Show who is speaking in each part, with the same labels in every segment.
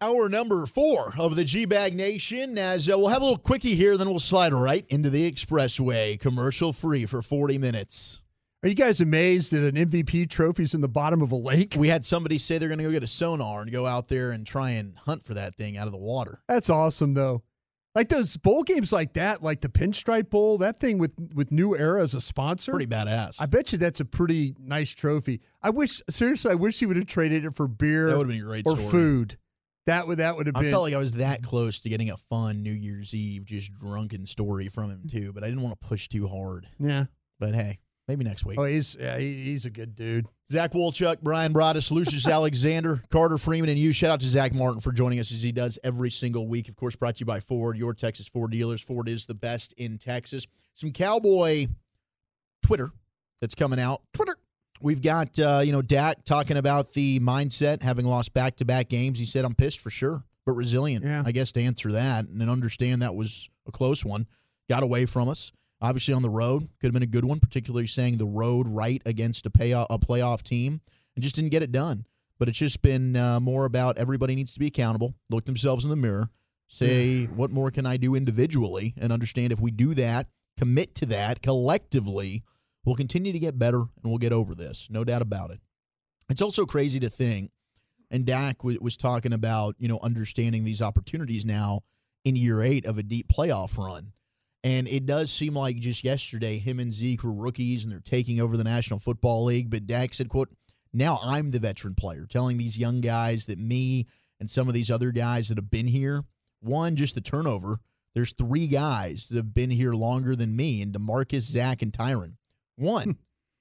Speaker 1: Hour number four of the G Bag Nation. As uh, we'll have a little quickie here, then we'll slide right into the expressway, commercial free for 40 minutes.
Speaker 2: Are you guys amazed that an MVP trophy's in the bottom of a lake?
Speaker 1: We had somebody say they're going to go get a sonar and go out there and try and hunt for that thing out of the water.
Speaker 2: That's awesome though. Like those bowl games like that, like the Pinstripe Bowl, that thing with with New Era as a sponsor.
Speaker 1: Pretty badass.
Speaker 2: I bet you that's a pretty nice trophy. I wish seriously, I wish he would have traded it for beer
Speaker 1: That would've been a great
Speaker 2: or
Speaker 1: story.
Speaker 2: food. That would that would have been.
Speaker 1: I felt like I was that close to getting a fun New Year's Eve, just drunken story from him, too, but I didn't want to push too hard.
Speaker 2: yeah.
Speaker 1: But hey, maybe next week.
Speaker 2: Oh, he's yeah, he, he's a good dude.
Speaker 1: Zach Wolchuk, Brian Broaddus, Lucius Alexander, Carter Freeman, and you. Shout out to Zach Martin for joining us as he does every single week. Of course, brought to you by Ford, your Texas Ford dealers. Ford is the best in Texas. Some cowboy Twitter that's coming out. Twitter. We've got uh, you know Dak talking about the mindset, having lost back to back games. He said, "I'm pissed for sure, but resilient."
Speaker 2: Yeah.
Speaker 1: I guess to answer that and then understand that was a close one, got away from us. Obviously on the road could have been a good one, particularly saying the road right against a pay a playoff team and just didn't get it done. But it's just been uh, more about everybody needs to be accountable, look themselves in the mirror, say what more can I do individually, and understand if we do that, commit to that collectively, we'll continue to get better and we'll get over this, no doubt about it. It's also crazy to think, and Dak w- was talking about you know understanding these opportunities now in year eight of a deep playoff run. And it does seem like just yesterday, him and Zeke were rookies and they're taking over the National Football League. But Dak said, quote, now I'm the veteran player, telling these young guys that me and some of these other guys that have been here, one, just the turnover. There's three guys that have been here longer than me, and Demarcus, Zach, and Tyron.
Speaker 2: Hmm.
Speaker 1: One,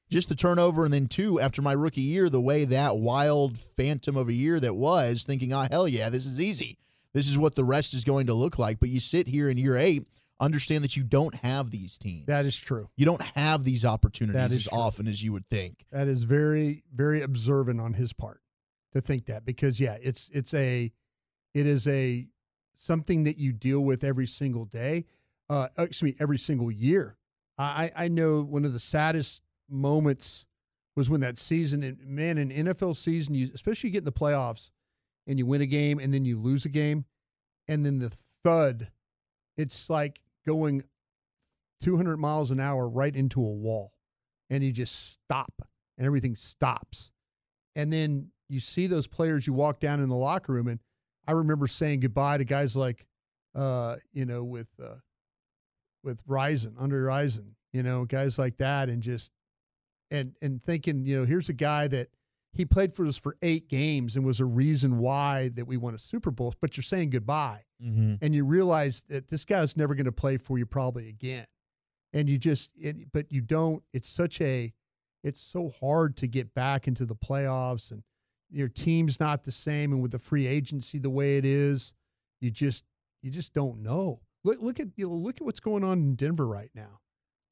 Speaker 1: just the turnover, and then two, after my rookie year, the way that wild phantom of a year that was, thinking, oh, hell yeah, this is easy. This is what the rest is going to look like. But you sit here in year eight, understand that you don't have these teams.
Speaker 2: That is true.
Speaker 1: you don't have these opportunities
Speaker 2: That is
Speaker 1: as
Speaker 2: true.
Speaker 1: often as you would think.
Speaker 2: That is very very observant on his part to think that because yeah, it's it's a it is a something that you deal with every single day. Uh, excuse me, every single year. I I I know one of the saddest moments was when that season and man, an NFL season, you especially you get in the playoffs and you win a game and then you lose a game and then the thud. It's like going 200 miles an hour right into a wall and you just stop and everything stops. And then you see those players you walk down in the locker room and I remember saying goodbye to guys like uh, you know, with uh with Ryzen, under Ryzen, you know, guys like that and just and and thinking, you know, here's a guy that he played for us for eight games and was a reason why that we won a Super Bowl, but you're saying goodbye
Speaker 1: Mm-hmm.
Speaker 2: and you realize that this guy's never going to play for you probably again and you just it, but you don't it's such a it's so hard to get back into the playoffs and your team's not the same and with the free agency the way it is you just you just don't know look look at you know, look at what's going on in Denver right now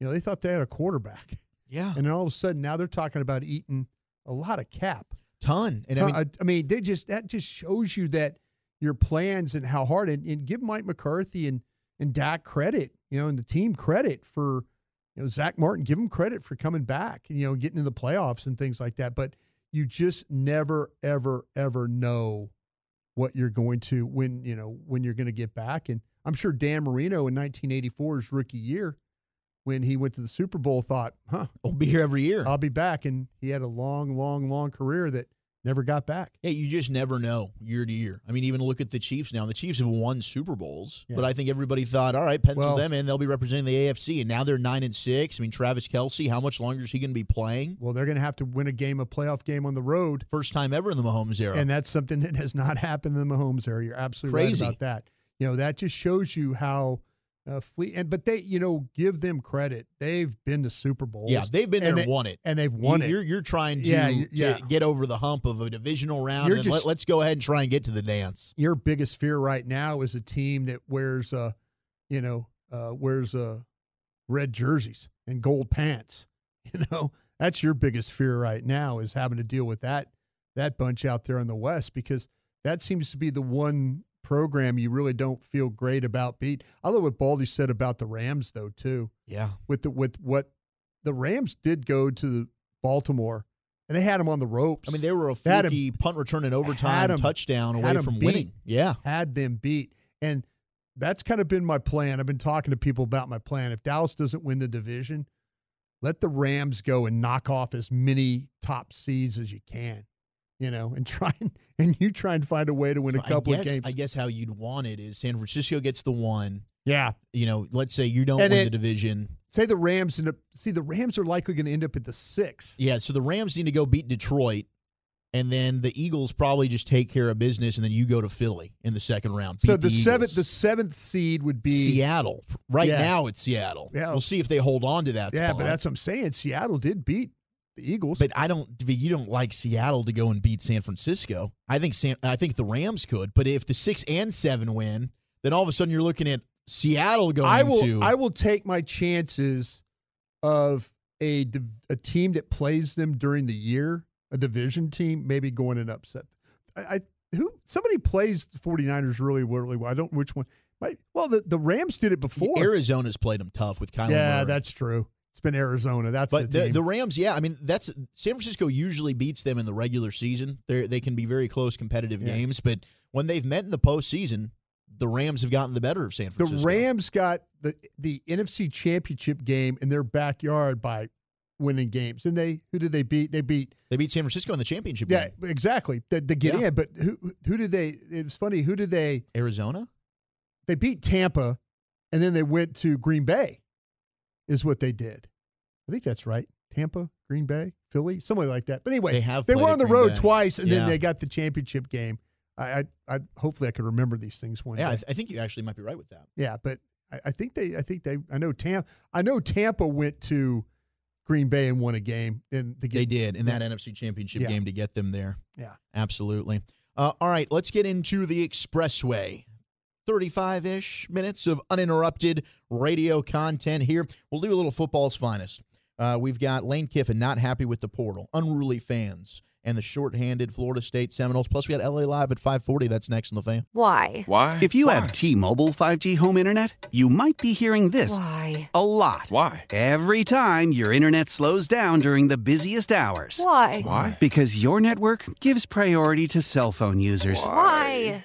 Speaker 2: you know they thought they had a quarterback
Speaker 1: Yeah.
Speaker 2: and then all of a sudden now they're talking about eating a lot of cap
Speaker 1: Ton. And I
Speaker 2: Huh,
Speaker 1: mean,
Speaker 2: I, I mean, they just that just shows you that your plans and how hard and, and give Mike McCarthy and and Dak credit, you know, and the team credit for you know Zach Martin, give him credit for coming back, you know, getting in the playoffs and things like that. But you just never, ever, ever know what you're going to when you know when you're going to get back. And I'm sure Dan Marino in 1984's rookie year, when he went to the Super Bowl, thought, "Huh, Oh.
Speaker 1: we'll be here every year.
Speaker 2: I'll be back. And he had a long, long, long career that never got back.
Speaker 1: Yeah, you just never know year to year. I mean, even look at the Chiefs now. The Chiefs have won Super Bowls,
Speaker 2: Yeah.
Speaker 1: but I think everybody thought, all right, pencil
Speaker 2: Well-
Speaker 1: them in. They'll be representing the AFC, and now they're nine and six. I mean, Travis Kelsey, how much longer is he going to be playing?
Speaker 2: Well, they're going to have to win a game, a playoff game on the road,
Speaker 1: First time ever in the Mahomes era.
Speaker 2: and that's something that has not happened in the Mahomes era. You're absolutely
Speaker 1: Crazy.
Speaker 2: right about that. You know that just shows you how uh, fleet and but they you know give them credit. They've been to Super Bowls.
Speaker 1: yeah, they've been there
Speaker 2: and
Speaker 1: and,
Speaker 2: they-
Speaker 1: won it.
Speaker 2: and they've won
Speaker 1: you,
Speaker 2: it.
Speaker 1: You're you're trying to,
Speaker 2: Yeah, y-
Speaker 1: to
Speaker 2: yeah.
Speaker 1: get over the hump of a divisional round,
Speaker 2: You're
Speaker 1: and
Speaker 2: just-
Speaker 1: let, let's go ahead and try and get to the dance.
Speaker 2: Your biggest fear right now is a team that wears uh you know uh wears uh red jerseys and gold pants. You know that's your biggest fear right now is having to deal with that that bunch out there in the West because that seems to be the one program you really don't feel great about beat. I love what Baldy said about the Rams though too.
Speaker 1: Yeah,
Speaker 2: with the with what the Rams did go to the Baltimore and they had them on the ropes.
Speaker 1: I mean, they were a
Speaker 2: Had 'em-
Speaker 1: fluky punt return and
Speaker 2: had
Speaker 1: overtime
Speaker 2: 'em-
Speaker 1: touchdown
Speaker 2: had
Speaker 1: away
Speaker 2: 'em
Speaker 1: from
Speaker 2: beat.
Speaker 1: winning. Yeah,
Speaker 2: had them beat. And that's kind of been my plan. I've been talking to people about my plan. If Dallas doesn't win the division, let the Rams go and knock off as many top seeds as you can. You know, and try and, and you try and find a way to win a
Speaker 1: So
Speaker 2: couple
Speaker 1: I guess,
Speaker 2: of games.
Speaker 1: I guess how you'd want it is San Francisco gets the one.
Speaker 2: Yeah.
Speaker 1: You know, let's say you don't
Speaker 2: And
Speaker 1: win
Speaker 2: it-
Speaker 1: the division.
Speaker 2: Say the Rams end up see the Rams are likely going to end up at the six.
Speaker 1: Yeah, so the Rams need to go beat Detroit, and then the Eagles probably just take care of business, and then you go to Philly in the second round.
Speaker 2: So
Speaker 1: beat
Speaker 2: the,
Speaker 1: Eagles.
Speaker 2: seventh the seventh seed would be
Speaker 1: Seattle. Right
Speaker 2: Yeah.
Speaker 1: now, it's Seattle.
Speaker 2: Yeah.
Speaker 1: We'll see if they hold on to that.
Speaker 2: Yeah,
Speaker 1: spot.
Speaker 2: but that's what I'm saying. Seattle did beat the Eagles.
Speaker 1: But I don't. but You don't like Seattle to go and beat San Francisco. I think San. I think the Rams could. But if the six and seven win, then all of a sudden you're looking at Seattle going
Speaker 2: I will
Speaker 1: to.
Speaker 2: I will take my chances of a div- a team that plays them during the year, a division team, maybe going and upset. I, I who somebody plays the 49ers really really well. I don't know which one. Might, well, the, the Rams did it before.
Speaker 1: Arizona's played them tough with Kyler.
Speaker 2: yeah,
Speaker 1: Murray.
Speaker 2: that's true. It's been Arizona. That's
Speaker 1: But
Speaker 2: the,
Speaker 1: the,
Speaker 2: team.
Speaker 1: the Rams, yeah, I mean that's San Francisco usually beats them in the regular season. They they can be very close competitive
Speaker 2: Yeah.
Speaker 1: games, but when they've met in the postseason, the Rams have gotten the better of San
Speaker 2: the
Speaker 1: Francisco.
Speaker 2: Rams got the the NFC Championship game in their backyard by winning games. And they who did they beat? They beat
Speaker 1: they beat San Francisco in the championship
Speaker 2: Yeah,
Speaker 1: game.
Speaker 2: exactly. To, to get
Speaker 1: Yeah.
Speaker 2: in, but who who did they? It was funny. Who did they?
Speaker 1: Arizona,
Speaker 2: They beat Tampa, and then they went to Green Bay, is what they did. I think that's right. Tampa, Green Bay, Philly, somewhere like that. But anyway,
Speaker 1: They have played
Speaker 2: were
Speaker 1: at
Speaker 2: on the
Speaker 1: Green
Speaker 2: road
Speaker 1: Bay.
Speaker 2: twice, and
Speaker 1: Yeah.
Speaker 2: then they got the championship game. I, I, I hopefully I can remember these things one
Speaker 1: yeah, I,
Speaker 2: day.
Speaker 1: th- I think you actually might be right with that.
Speaker 2: yeah, but I, I think they, I think they, I know Tampa, I know Tampa went to Green Bay and won a game, and to get,
Speaker 1: They did in that NFC Championship
Speaker 2: Yeah.
Speaker 1: game to get them there.
Speaker 2: Yeah.
Speaker 1: absolutely. Uh, all right, let's get into the expressway. 35 ish minutes of uninterrupted radio content here. We'll do a little football's finest. Uh, we've got Lane Kiffin not happy with the portal, unruly fans, and the shorthanded Florida State Seminoles. Plus, we got LA Live at 540. That's next on the fan.
Speaker 3: Mm, Why?
Speaker 4: Why?
Speaker 5: If you
Speaker 4: Why?
Speaker 5: have T-Mobile 5G home internet, you might be hearing this
Speaker 3: Why?
Speaker 5: a lot.
Speaker 4: Why?
Speaker 5: Every time your internet slows down during the busiest hours.
Speaker 3: Why?
Speaker 4: Why?
Speaker 5: Because your network gives priority to cell phone users.
Speaker 3: Why?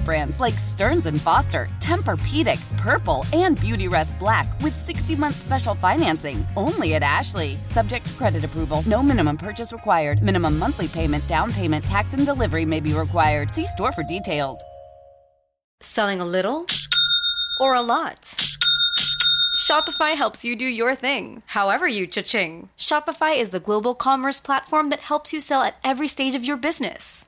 Speaker 6: brands like Stearns and Foster, Tempur-Pedic, Purple, and Beautyrest Black with 60-month special financing only at Ashley. Subject to credit approval, no minimum purchase required. Minimum monthly payment, down payment, tax, and delivery may be required. See store for details.
Speaker 3: Selling a little or a lot? Shopify helps you do your thing, however you cha-ching. Shopify is the global commerce platform that helps you sell at every stage of your business.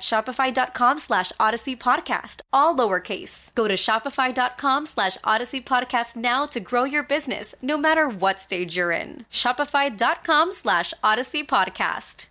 Speaker 3: shopify.com slash odyssey podcast, all lowercase. Go to shopify.com slash odyssey podcast now to grow your business, no matter what stage you're in. Shopify.com slash odyssey podcast.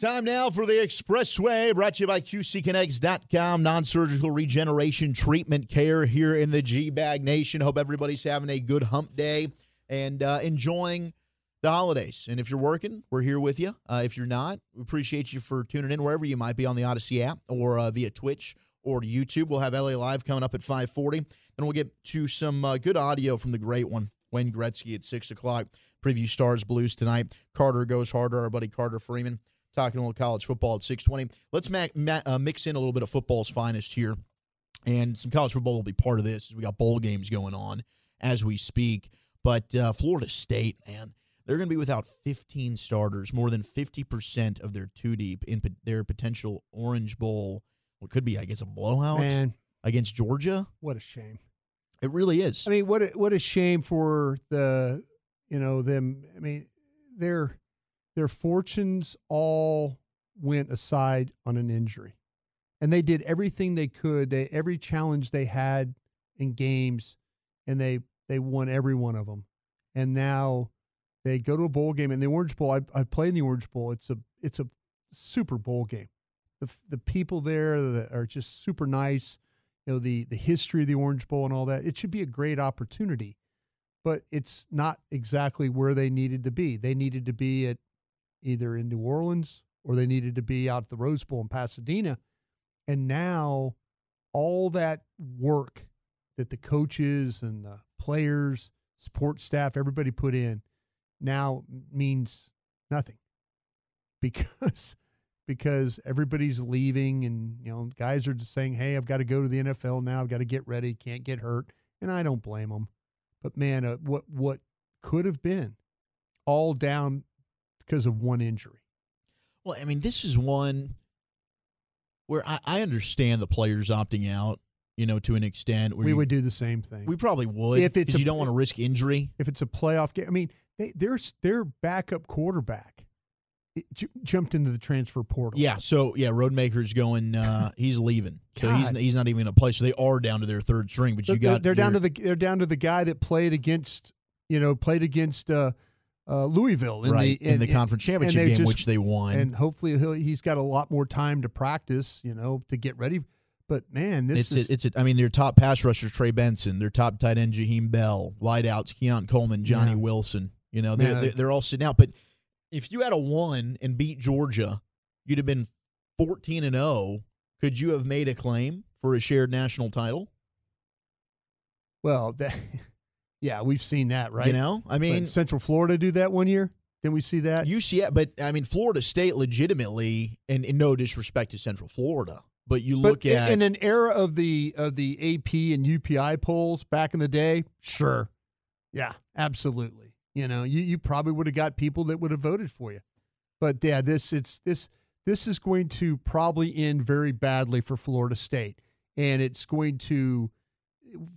Speaker 1: Time now for the Expressway, brought to you by QCConnects.com, non surgical regeneration treatment care here in the G Bag Nation. Hope everybody's having a good hump day and uh, enjoying the holidays. And if you're working, we're here with you. Uh, if you're not, we appreciate you for tuning in wherever you might be on the Odyssey app or uh, via Twitch or YouTube. We'll have LA Live coming up at 540. Then we'll get to some uh, good audio from the great one, Wayne Gretzky at 6 o'clock. Preview Stars Blues tonight. Carter goes harder, our buddy Carter Freeman talking a little college football at 6:20. Let's ma- ma- uh, mix in a little bit of football's finest here, and some college football will be part of this. We got bowl games going on as we speak, but uh, Florida State, man, they're going to be without 15 starters, more than 50 percent of their two deep in pot- their potential Orange Bowl. What could be, I guess, a blowout
Speaker 2: Man,
Speaker 1: against Georgia.
Speaker 2: what a shame.
Speaker 1: It really is.
Speaker 2: I mean, what a, what a shame for the you know them. I mean, their their fortunes all went aside on an injury, and they did everything they could. They every challenge they had in games, and they they won every one of them. And now they go to a bowl game, and the Orange Bowl. I I played in the Orange Bowl. It's a it's a super bowl game. The f- the people there that are just super nice you know the the history of the Orange Bowl and all that. It should be a great opportunity, but it's not exactly where they needed to be. They needed to be at either in New Orleans or they needed to be out at the Rose Bowl in Pasadena. And now all that work that the coaches and the players, support staff, everybody put in now means nothing because because everybody's leaving and you know guys are just saying hey i've got to go to the nfl now i've got to get ready can't get hurt and i don't blame them but man uh, what what could have been all down because of one injury
Speaker 1: Well, I mean, this is one where I, I understand the players opting out. You know, to an extent, where
Speaker 2: we
Speaker 1: you-
Speaker 2: would do the same thing
Speaker 1: We probably would
Speaker 2: If it's
Speaker 1: 'cause
Speaker 2: a-
Speaker 1: you don't want to risk injury.
Speaker 2: if it's a playoff game i mean they, their their backup quarterback it ju- jumped into the transfer portal
Speaker 1: Yeah, so yeah, Roadmaker's going. uh He's leaving, so he's
Speaker 2: God.
Speaker 1: he's not even going to play. So they are down to their third string. But you
Speaker 2: They're-
Speaker 1: got
Speaker 2: they're down to
Speaker 1: your-
Speaker 2: the they're down to the guy that played against you know played against uh, uh, Louisville in
Speaker 1: right
Speaker 2: the
Speaker 1: in, the conference championship
Speaker 2: they
Speaker 1: game,
Speaker 2: just-
Speaker 1: which they won.
Speaker 2: and hopefully he'll, he's got a lot more time to practice you know to get ready. But man, this
Speaker 1: it's
Speaker 2: is
Speaker 1: a, it's a, I mean, their top pass rusher Trey Benson, their top tight end Jaheim Bell, wideouts Keon Coleman, Johnny
Speaker 2: Yeah.
Speaker 1: Wilson. You know, they're,
Speaker 2: Man.
Speaker 1: they're they're all sitting out. But if you had a one and beat Georgia, you'd have been fourteen and zero. Could you have made a claim for a shared national title?
Speaker 2: well, that, yeah, we've seen that right.
Speaker 1: You know, I
Speaker 2: But
Speaker 1: mean,
Speaker 2: Central Florida do that one year. Didn't we see that?
Speaker 1: UCF, but I mean, Florida State legitimately, and, and no disrespect to Central Florida, but you
Speaker 2: but
Speaker 1: look
Speaker 2: in-
Speaker 1: at
Speaker 2: in an era of the of the AP and UPI polls back in the day, sure, yeah, absolutely. You know, you you probably would have got people that would have voted for you, but yeah, this it's this this is going to probably end very badly for Florida State, and it's going to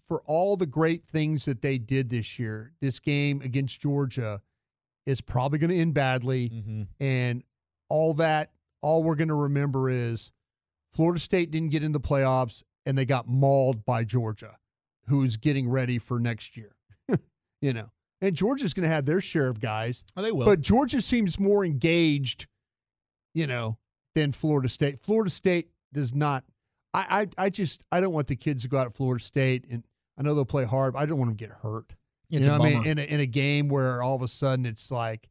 Speaker 2: for all the great things that they did this year. This game against Georgia is probably going to end badly
Speaker 1: Mhm.
Speaker 2: and all that all we're going to remember is Florida State didn't get in the playoffs and they got mauled by Georgia who's getting ready for next year you know and Georgia's going to have their share of guys
Speaker 1: Oh, they will.
Speaker 2: but Georgia seems more engaged you know than Florida State Florida State does not I, I, I just I don't want the kids to go out at Florida State, and I know they'll play hard, but I don't want them to get hurt.
Speaker 1: It's
Speaker 2: you know
Speaker 1: a
Speaker 2: what I mean?
Speaker 1: bummer.
Speaker 2: In a, in a game where all of a sudden it's like,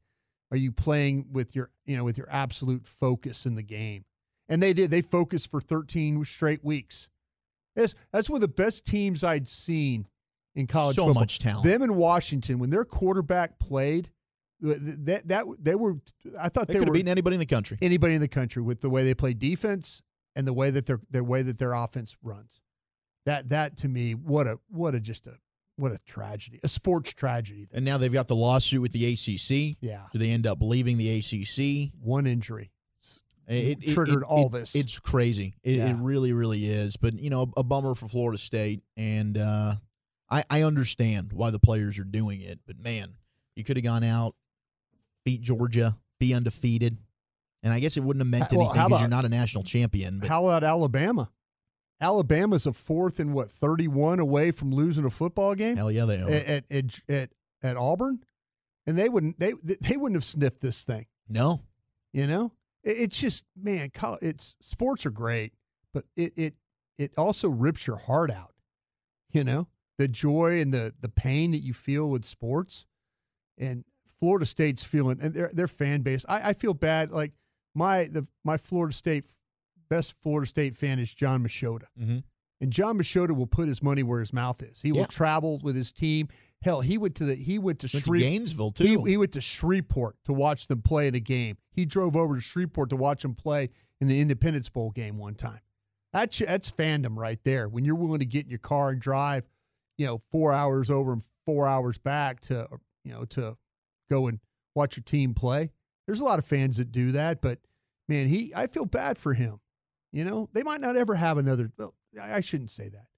Speaker 2: are you playing with your you know with your absolute focus in the game? And they did. They focused for 13 straight weeks. That's that's one of the best teams I'd seen in college.
Speaker 1: So
Speaker 2: football.
Speaker 1: much talent.
Speaker 2: Them in Washington when their quarterback played, th- th- that that they were. I thought
Speaker 1: They,
Speaker 2: they,
Speaker 1: could
Speaker 2: were
Speaker 1: have beaten anybody in the country.
Speaker 2: anybody in the country with the way they play defense and the way that their the way that their offense runs. That that to me, what a what a just a what a tragedy, a sports tragedy.
Speaker 1: and now they've got the lawsuit with the ACC.
Speaker 2: Yeah,
Speaker 1: Do they end up leaving the ACC?
Speaker 2: one injury.
Speaker 1: It, it-
Speaker 2: Triggered
Speaker 1: it-
Speaker 2: all
Speaker 1: it-
Speaker 2: this.
Speaker 1: It's crazy. It, it
Speaker 2: Yeah.
Speaker 1: really, really is. But you know, a bummer for Florida State, and uh, I, I understand why the players are doing it. But man, you could have gone out, beat Georgia, be undefeated, and I guess it wouldn't have meant
Speaker 2: Well,
Speaker 1: anything
Speaker 2: how
Speaker 1: because you're
Speaker 2: about-
Speaker 1: not a national champion. But
Speaker 2: How about Alabama? Alabama's a fourth and what thirty one away from losing a football game
Speaker 1: hell yeah, they are.
Speaker 2: at, at at at at Auburn, and they wouldn't they they wouldn't have sniffed this thing.
Speaker 1: no,
Speaker 2: You know, it, it's just man, col- it's sports are great, but it it it also rips your heart out. You know, the joy and the the pain that you feel with sports, and Florida State's feeling and their their fan base. I, I feel bad. Like my the my Florida State best Florida State fan is John Machota.
Speaker 1: Mhm.
Speaker 2: And John Machota will put his money where his mouth is. He
Speaker 1: Yeah.
Speaker 2: will travel with his team. Hell, he went to the he went to
Speaker 1: went
Speaker 2: Shreve-
Speaker 1: to Gainesville too.
Speaker 2: he, he went to Shreveport to watch them play in a game. He drove over to Shreveport to watch them play in the Independence Bowl game one time. That's that's fandom right there. When you're willing to get in your car and drive, you know, four hours over and four hours back to you know to go and watch your team play. There's a lot of fans that do that, but man, he I feel bad for him. You know, they might not ever have another. Well, I I shouldn't say that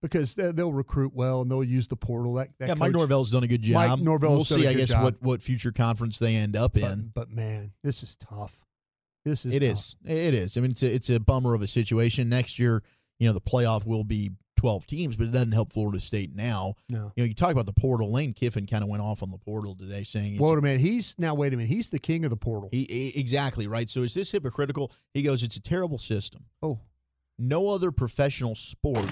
Speaker 2: because they- they'll recruit well and they'll use the portal. That, that
Speaker 1: yeah, Mike
Speaker 2: coach-
Speaker 1: Norvell's done a good job.
Speaker 2: Mike Norvell's
Speaker 1: we'll
Speaker 2: done a
Speaker 1: see. I
Speaker 2: good
Speaker 1: guess
Speaker 2: job.
Speaker 1: what what future conference they end up in.
Speaker 2: But, but man, this is tough. This is
Speaker 1: It
Speaker 2: tough.
Speaker 1: is. It is. I mean, it's a, it's a bummer of a situation. Next year, you know, the playoff will be 12 teams, but it doesn't help Florida State now.
Speaker 2: No.
Speaker 1: You know, you talk about the portal. Lane Kiffin kind of went off on the portal today, saying, it's
Speaker 2: Wait a minute. He's now. Wait a minute. He's the king of the portal.
Speaker 1: he, e- exactly right. So is this hypocritical? He goes, it's a terrible system.
Speaker 2: oh,
Speaker 1: No other professional sport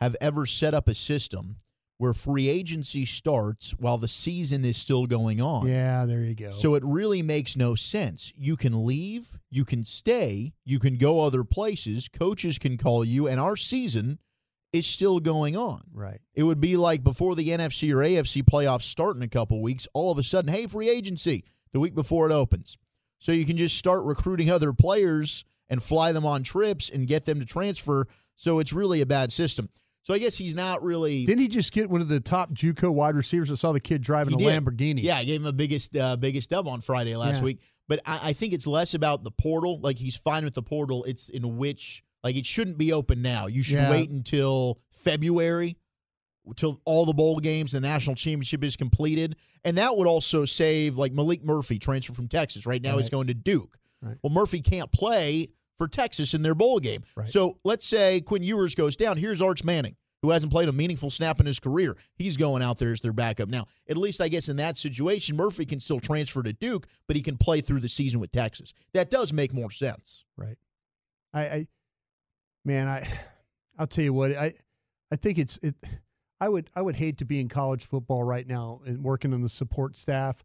Speaker 1: have ever set up a system where free agency starts while the season is still going on.
Speaker 2: yeah. There you go.
Speaker 1: So it really makes no sense. You can leave, you can stay, you can go other places, coaches can call you, and our season is still going on.
Speaker 2: right.
Speaker 1: It would be like before the NFC or AFC playoffs start in a couple weeks, all of a sudden, hey, free agency the week before it opens. So you can just start recruiting other players and fly them on trips and get them to transfer. So it's really a bad system. So I guess he's not really.
Speaker 2: Didn't he just get one of the top JUCO wide receivers? I saw the kid driving
Speaker 1: He
Speaker 2: a
Speaker 1: did.
Speaker 2: Lamborghini.
Speaker 1: Yeah, I gave him a biggest uh, biggest dub on Friday last
Speaker 2: Yeah.
Speaker 1: week. But I, I think it's less about the portal. Like he's fine with the portal. It's in which like it shouldn't be open now. You should
Speaker 2: Yeah.
Speaker 1: wait until February, till all the bowl games, the national championship is completed, and that would also save like Malik Murphy transfer from Texas. Right now he's
Speaker 2: Right.
Speaker 1: going to Duke.
Speaker 2: Right.
Speaker 1: Well, Murphy can't play for Texas in their bowl game.
Speaker 2: Right.
Speaker 1: So let's say Quinn Ewers goes down. Here's Arch Manning, who hasn't played a meaningful snap in his career. He's going out there as their backup. Now, at least I guess in that situation, Murphy can still transfer to Duke, but he can play through the season with Texas. That does make more sense.
Speaker 2: Right. I, I man, I I'll tell you what, I I think it's it I would I would hate to be in college football right now and working on the support staff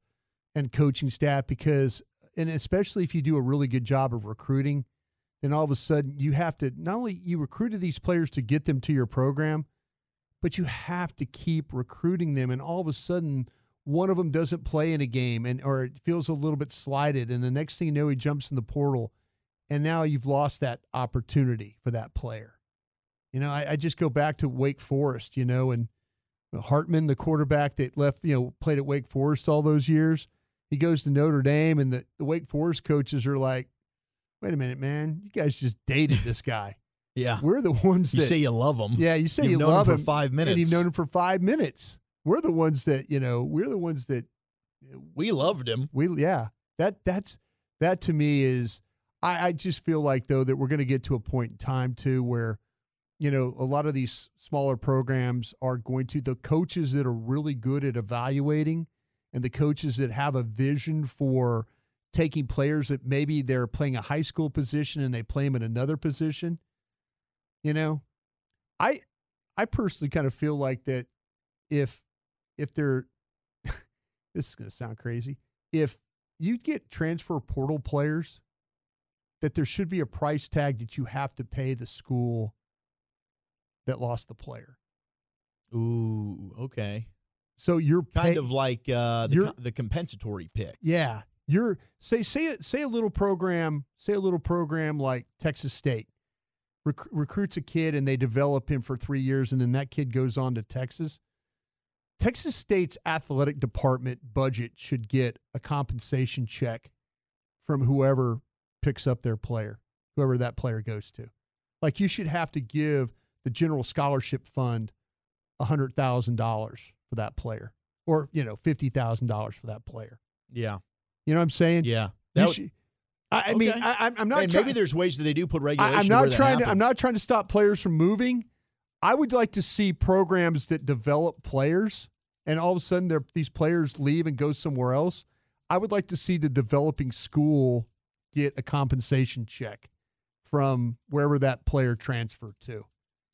Speaker 2: and coaching staff because and especially if you do a really good job of recruiting, then all of a sudden you have to not only you recruited these players to get them to your program, but you have to keep recruiting them and all of a sudden one of them doesn't play in a game and or it feels a little bit slighted and the next thing you know he jumps in the portal and now you've lost that opportunity for that player. You know, I, I just go back to Wake Forest, you know, and Hartman, the quarterback that left, you know, played at Wake Forest all those years. He goes to Notre Dame, and the, the Wake Forest coaches are like, wait a minute, man, you guys just dated this guy.
Speaker 1: Yeah.
Speaker 2: We're the ones
Speaker 1: You
Speaker 2: that.
Speaker 1: say you love him.
Speaker 2: yeah, you say
Speaker 1: You've
Speaker 2: you
Speaker 1: known
Speaker 2: love
Speaker 1: him
Speaker 2: him,
Speaker 1: for five minutes.
Speaker 2: And you've known him for five minutes. We're the ones that, you know, we're the ones that
Speaker 1: We loved him.
Speaker 2: we yeah. That that's that to me is I, I just feel like though that we're going to get to a point in time too where you know a lot of these smaller programs are going to the coaches that are really good at evaluating and the coaches that have a vision for taking players that maybe they're playing a high school position and they play them in another position You know, I I personally kind of feel like that if if they're this is going to sound crazy if you get transfer portal players that there should be a price tag that you have to pay the school that lost the player.
Speaker 1: Ooh, okay.
Speaker 2: So you're
Speaker 1: Kind
Speaker 2: pay-
Speaker 1: of like uh, the,
Speaker 2: You're-
Speaker 1: co- the compensatory pick.
Speaker 2: Yeah. You're say say a- say a little program, say a little program like Texas State rec- recruits a kid and they develop him for 3 years and then that kid goes on to Texas. Texas State's athletic department budget should get a compensation check from whoever picks up their player, whoever that player goes to. Like you should have to give the general scholarship fund $100,000 for that player or, you know, $50,000 for that player.
Speaker 1: Yeah,
Speaker 2: You know what I'm saying?
Speaker 1: yeah.
Speaker 2: You
Speaker 1: That would-
Speaker 2: should- I, I mean,
Speaker 1: Okay.
Speaker 2: I, I'm- I'm not.
Speaker 1: and
Speaker 2: try-
Speaker 1: maybe there's ways that they do put regulation.
Speaker 2: I, am
Speaker 1: where
Speaker 2: not
Speaker 1: that
Speaker 2: trying. To, I'm
Speaker 1: happens.
Speaker 2: not trying to stop players from moving. I would like to see programs that develop players, and all of a sudden, they're- these players leave and go somewhere else. I would like to see the developing school get a compensation check from wherever that player transferred to,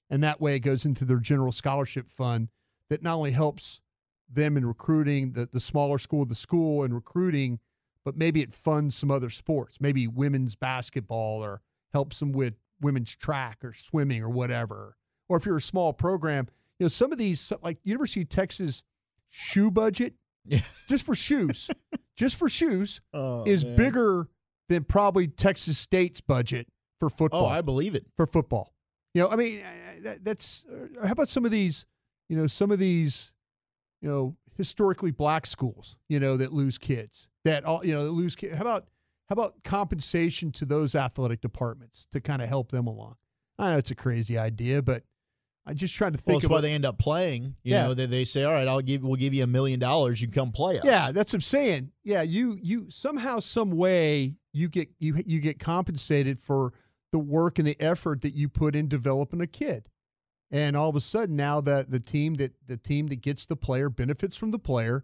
Speaker 2: and that way it goes into their general scholarship fund that not only helps them in recruiting the, the smaller school, the school and recruiting, but maybe it funds some other sports, maybe women's basketball or helps them with women's track or swimming or whatever. Or if you're a small program, you know, some of these, like University of Texas shoe budget,
Speaker 1: Yeah.
Speaker 2: just for shoes, just for shoes,
Speaker 1: Oh,
Speaker 2: is
Speaker 1: man.
Speaker 2: bigger than probably Texas State's budget for football
Speaker 1: Oh, I believe it.
Speaker 2: for football. You know, I mean, I- I- that, that's uh, how about some of these, you know, some of these, you know, historically black schools, you know, that lose kids, that all, you know, that lose kids. How about how about compensation to those athletic departments to kind of help them along? I know it's a crazy idea, but I'm just trying to
Speaker 1: Well,
Speaker 2: think
Speaker 1: that's why
Speaker 2: about.
Speaker 1: they end up playing. You
Speaker 2: Yeah.
Speaker 1: know, they, they say, "All right, I'll give we'll give you a million dollars. You come play us."
Speaker 2: Yeah, that's what I'm saying. Yeah, you you somehow some way you get you you get compensated for the work and the effort that you put in developing a kid. And all of a sudden now the the team that the team that gets the player benefits from the player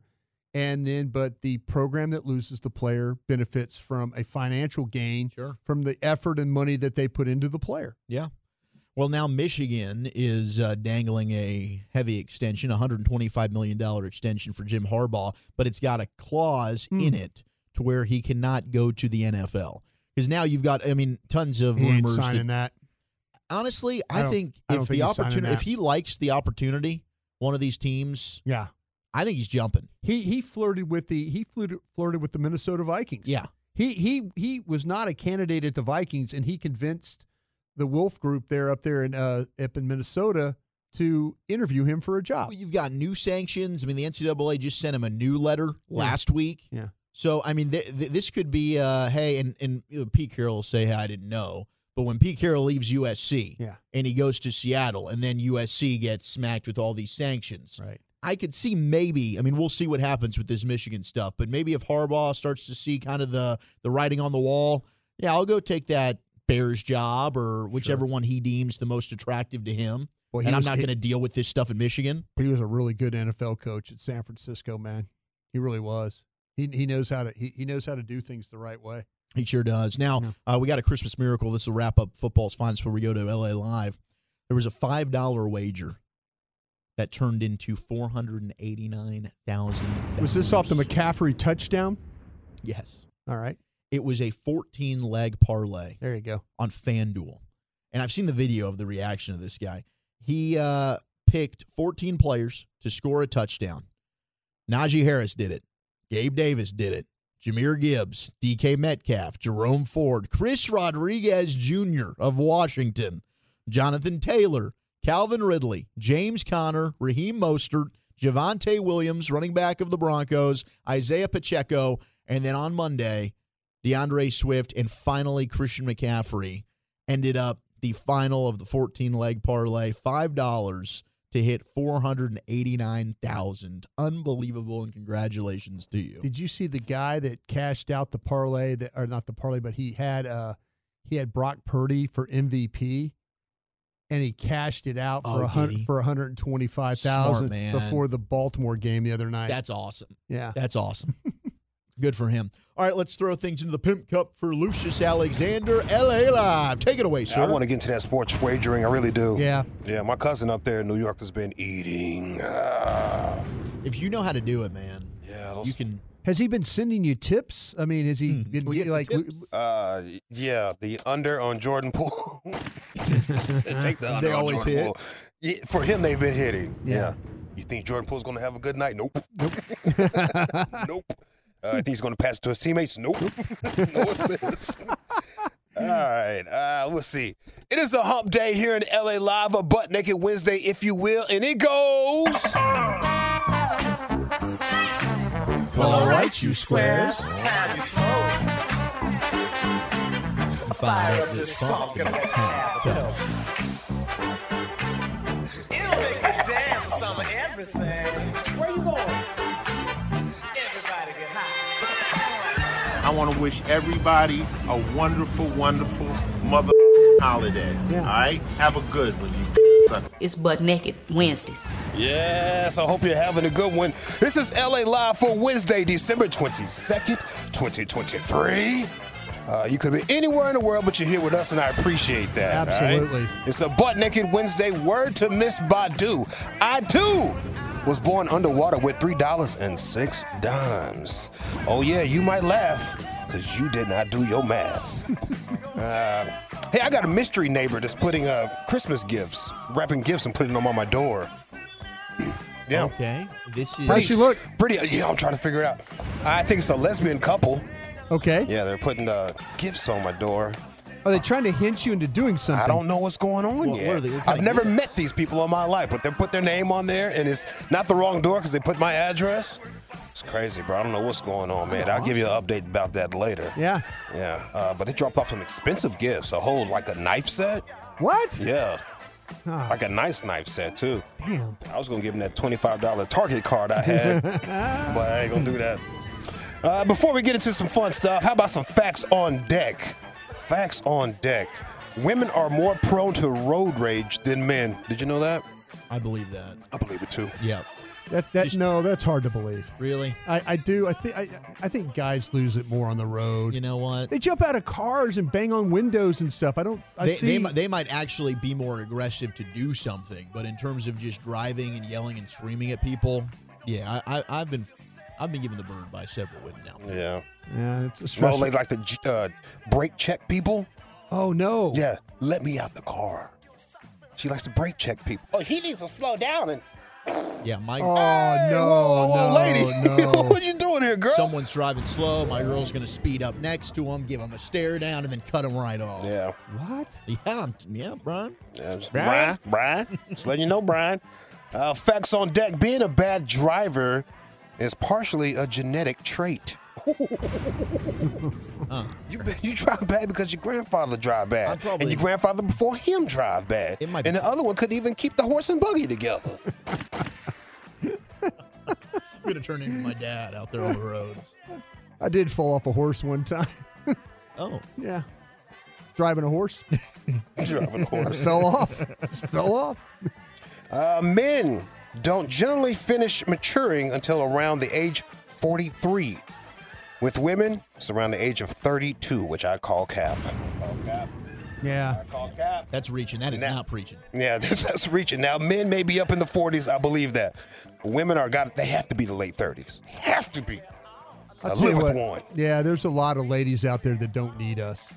Speaker 2: and then but the program that loses the player benefits from a financial gain
Speaker 1: sure.
Speaker 2: from the effort and money that they put into the player.
Speaker 1: Well, now Michigan is uh, dangling a heavy extension, a $125 million extension for Jim Harbaugh, but it's got a clause
Speaker 2: Hmm.
Speaker 1: in it to where he cannot go to the NFL. Because now you've got, I mean, tons of
Speaker 2: He ain't
Speaker 1: rumors.
Speaker 2: signing
Speaker 1: That,
Speaker 2: that.
Speaker 1: honestly,
Speaker 2: I
Speaker 1: I,
Speaker 2: don't-
Speaker 1: think
Speaker 2: I
Speaker 1: if
Speaker 2: don't
Speaker 1: the
Speaker 2: think he's signing
Speaker 1: opportunity,
Speaker 2: that.
Speaker 1: if he likes the opportunity, one of these teams,
Speaker 2: Yeah.
Speaker 1: I think he's jumping.
Speaker 2: He he flirted with the he flirted flirted with the Minnesota Vikings.
Speaker 1: Yeah,
Speaker 2: He he he was not a candidate at the Vikings, and he convinced the Wolf Group there up there in uh, up in Minnesota to interview him for a job.
Speaker 1: Well, you've got new sanctions. I mean, the NCAA just sent him a new letter last week.
Speaker 2: Yeah.
Speaker 1: So I mean, th- th- this could be uh, hey, and and you know, Pete Carroll will say hey, I didn't know, but when Pete Carroll leaves USC,
Speaker 2: Yeah.
Speaker 1: and he goes to Seattle, and then USC gets smacked with all these sanctions.
Speaker 2: Right.
Speaker 1: I could see maybe. I mean, we'll see what happens with this Michigan stuff, but maybe if Harbaugh starts to see kind of the the writing on the wall, yeah, I'll go take that Bears job or whichever one he deems the most attractive to him.
Speaker 2: Well, he
Speaker 1: and I'm
Speaker 2: was,
Speaker 1: not going to deal with this stuff in Michigan.
Speaker 2: He, he was a really good NFL coach at San Francisco, man. He really was. He he knows how to he, he knows how to do things the right way.
Speaker 1: He sure does. Now
Speaker 2: Yeah.
Speaker 1: uh, we got a Christmas miracle. This will wrap up football's finest before we go to LA Live. There was a five dollar wager that turned into four hundred and eighty nine thousand.
Speaker 2: Was this off the McCaffrey touchdown?
Speaker 1: Yes,
Speaker 2: All right,
Speaker 1: it was a fourteen leg parlay
Speaker 2: there you go.
Speaker 1: on FanDuel, and I've seen the video of the reaction of this guy. He uh, picked fourteen players to score a touchdown. Najee Harris did it. Gabe Davis did it. Jameer Gibbs, DK Metcalf, Jerome Ford, Chris Rodriguez Jr. of Washington, Jonathan Taylor, Calvin Ridley, James Conner, Raheem Mostert, Javante Williams, running back of the Broncos, Isaiah Pacheco, and then on Monday, DeAndre Swift and finally Christian McCaffrey ended up the final of the 14 leg parlay, $5 to hit 489,000. Unbelievable and congratulations to you.
Speaker 2: Did you see the guy that cashed out the parlay that or not the parlay, but he had uh he had Brock Purdy for MVP and he cashed it out for a
Speaker 1: Oh, did he?
Speaker 2: hundred for hundred and twenty five thousand
Speaker 1: Smart man.
Speaker 2: before the Baltimore game the other night.
Speaker 1: That's awesome.
Speaker 2: yeah.
Speaker 1: That's awesome. Good for him. All right, let's throw things into the Pimp Cup for Lucius Alexander, LA Live. Take it away, sir.
Speaker 4: I want to get into that sports wagering. I really do.
Speaker 2: Yeah.
Speaker 4: Yeah, my cousin up there in New York has been eating. Ah,
Speaker 1: if you know how to do it, man,
Speaker 4: yeah,
Speaker 1: you
Speaker 4: those,
Speaker 1: can.
Speaker 2: Has he been sending you tips? I mean, has he been
Speaker 1: Hmm. we get
Speaker 2: like?
Speaker 1: tips.
Speaker 4: uh, yeah, the under on Jordan Poole. Take the under
Speaker 1: They
Speaker 4: on
Speaker 1: always
Speaker 4: Jordan
Speaker 1: hit.
Speaker 4: Poole. Yeah, for him, they've been hitting.
Speaker 2: Yeah.
Speaker 4: Yeah. You think Jordan Poole's going to have a good night? Nope. Nope. nope. Uh, I think he's going to pass it to his teammates? Nope. no assists. All right, uh, we'll see. It is a hump day here in LA Live, a butt naked Wednesday, if you will, and it goes.
Speaker 1: Well, all right, you squares. Fire up this funk and I can't tell.
Speaker 7: It'll make you dance to some of everything. Where you going? Everybody get hot.
Speaker 8: I want to wish everybody a wonderful, wonderful mother holiday.
Speaker 2: Yeah.
Speaker 8: All right? Have a good one, you suckers.
Speaker 9: It's Butt Naked Wednesdays.
Speaker 4: Yes, I hope you're having a good one. This is LA Live for Wednesday, December 22nd, 2023. Uh, you could be anywhere in the world, but you're here with us, and I appreciate that. all right?
Speaker 2: Absolutely.
Speaker 4: It's a butt naked Wednesday. Word to Miss Badu. I too was born underwater with $3.06. Oh, yeah, you might laugh because you did not do your math. Uh, Hey, I got a mystery neighbor that's putting uh, Christmas gifts, wrapping gifts, and putting them on my door. Yeah.
Speaker 1: Okay, this is.
Speaker 2: How's she look?
Speaker 4: Pretty, uh, yeah, I'm trying to figure it out. I think it's a lesbian couple.
Speaker 2: Okay.
Speaker 4: Yeah, they're putting uh, gifts on my door.
Speaker 2: Are they trying to hint you into doing something?
Speaker 4: I don't know what's going on
Speaker 1: What-
Speaker 4: yet.
Speaker 1: what are they- what kind
Speaker 4: I've
Speaker 1: of
Speaker 4: never
Speaker 1: gifts?
Speaker 4: met these people in my life, but they put their name on there, and it's not the wrong door because they put my address. It's crazy, bro. I don't know what's going on, man. I'll give you an update about that later.
Speaker 2: Yeah.
Speaker 4: Yeah, uh, but they dropped off some expensive gifts. A whole, like a knife set.
Speaker 2: What?
Speaker 4: Yeah. Like a nice knife set too. Damn. I was gonna give him that twenty-five dollar Target card I had, but I ain't gonna do that. Uh, before we get into some fun stuff, how about some facts on deck? Facts on deck. Women are more prone to road rage than men. Did you know that?
Speaker 1: I believe that.
Speaker 4: I believe it too.
Speaker 1: Yep.
Speaker 2: That that no, that's hard to believe.
Speaker 1: Really?
Speaker 2: I, I do. I think I, I think guys lose it more on the road.
Speaker 1: You know what?
Speaker 2: they jump out of cars and bang on windows and stuff. I don't. I
Speaker 1: They,
Speaker 2: see.
Speaker 1: they, mi- they might actually be more aggressive to do something, but in terms of just driving and yelling and screaming at people, yeah, I, I, I've been I've been given the bird by several women out there.
Speaker 4: Yeah.
Speaker 2: yeah, it's a
Speaker 4: Road
Speaker 2: stressful.
Speaker 4: rage like the j- uh, brake check people.
Speaker 2: oh no.
Speaker 4: Yeah. Let me out the car. She likes to brake check people. Oh, he needs to slow down and.
Speaker 1: Yeah, my
Speaker 2: Oh no,
Speaker 4: whoa, whoa,
Speaker 2: no,
Speaker 4: lady,
Speaker 2: no.
Speaker 4: what you doing here, girl?
Speaker 1: someone's driving slow. My girl's gonna speed up next to him, give him a stare down, and then cut him right off.
Speaker 4: Yeah.
Speaker 2: what?
Speaker 1: yeah, I'm- yeah, Brian.
Speaker 4: Yeah, just-
Speaker 1: Brian?
Speaker 4: Brian. Brian. Just letting you know, Brian. Uh, facts on deck. Being a bad driver is partially a genetic trait. you, you drive bad because your grandfather drive
Speaker 1: I
Speaker 4: bad,
Speaker 1: probably-
Speaker 4: and your grandfather before him drive bad,
Speaker 1: It might
Speaker 4: and
Speaker 1: be-
Speaker 4: the other one couldn't even keep the horse and buggy together.
Speaker 1: I'm gonna turn into my dad out there on the roads.
Speaker 2: I did fall off a horse one time.
Speaker 1: Oh,
Speaker 2: yeah, driving a horse,
Speaker 4: Driving a
Speaker 2: I
Speaker 4: horse.
Speaker 2: fell off. Just fell off.
Speaker 4: Uh, men don't generally finish maturing until around the age 43. With women, it's around the age of 32, which I call cap.
Speaker 2: Yeah.
Speaker 4: Call cap.
Speaker 1: that's reaching. That is
Speaker 4: Nah.
Speaker 1: not preaching.
Speaker 4: Yeah, that's, that's reaching. Now, men may be up in the 40s. I believe that. Women are got. They have to be the late 30s. They have to be.
Speaker 2: I'll
Speaker 4: I
Speaker 2: tell you
Speaker 4: live with
Speaker 2: what.
Speaker 4: one.
Speaker 2: Yeah, there's a lot of ladies out there that don't need us.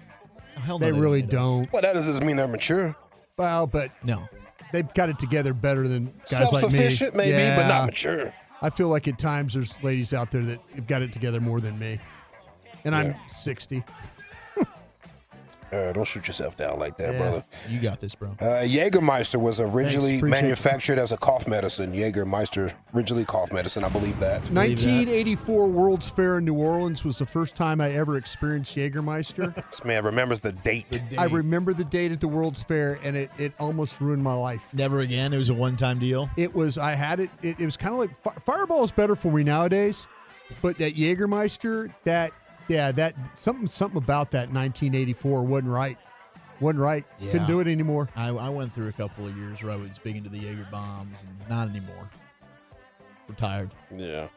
Speaker 1: Oh, Hell no,
Speaker 2: They
Speaker 1: don't
Speaker 2: really
Speaker 1: need us.
Speaker 2: don't.
Speaker 4: Well, that doesn't mean they're mature.
Speaker 2: Well, but
Speaker 1: No.
Speaker 2: they've got it together better than guys like me.
Speaker 4: Self-sufficient, maybe, but
Speaker 2: Yeah.
Speaker 4: not mature.
Speaker 2: I feel like at times there's ladies out there that have got it together more than me, and I'm 60.
Speaker 4: Uh, don't shoot yourself down like that,
Speaker 2: Yeah.
Speaker 4: brother.
Speaker 1: You got this, bro.
Speaker 4: Uh, Jägermeister was originally
Speaker 2: appreciate it.
Speaker 4: manufactured as a cough medicine. Jägermeister, originally cough medicine. I believe that.
Speaker 2: 1984 World's Fair in New Orleans was the first time I ever experienced Jägermeister.
Speaker 4: This man remembers the date.
Speaker 2: I remember the date at the World's Fair, and it, it almost ruined my life.
Speaker 1: Never again. It was a one-time deal.
Speaker 2: It was I had it. It, it was kind of like fi- Fireball is better for me nowadays, but that Jägermeister, that yeah, that something something about that 1984 wasn't right. Wasn't right.
Speaker 1: Yeah.
Speaker 2: Couldn't do it anymore.
Speaker 1: I, I went through a couple of years where I was big into the Jaeger bombs, and not anymore. Retired.
Speaker 4: Yeah.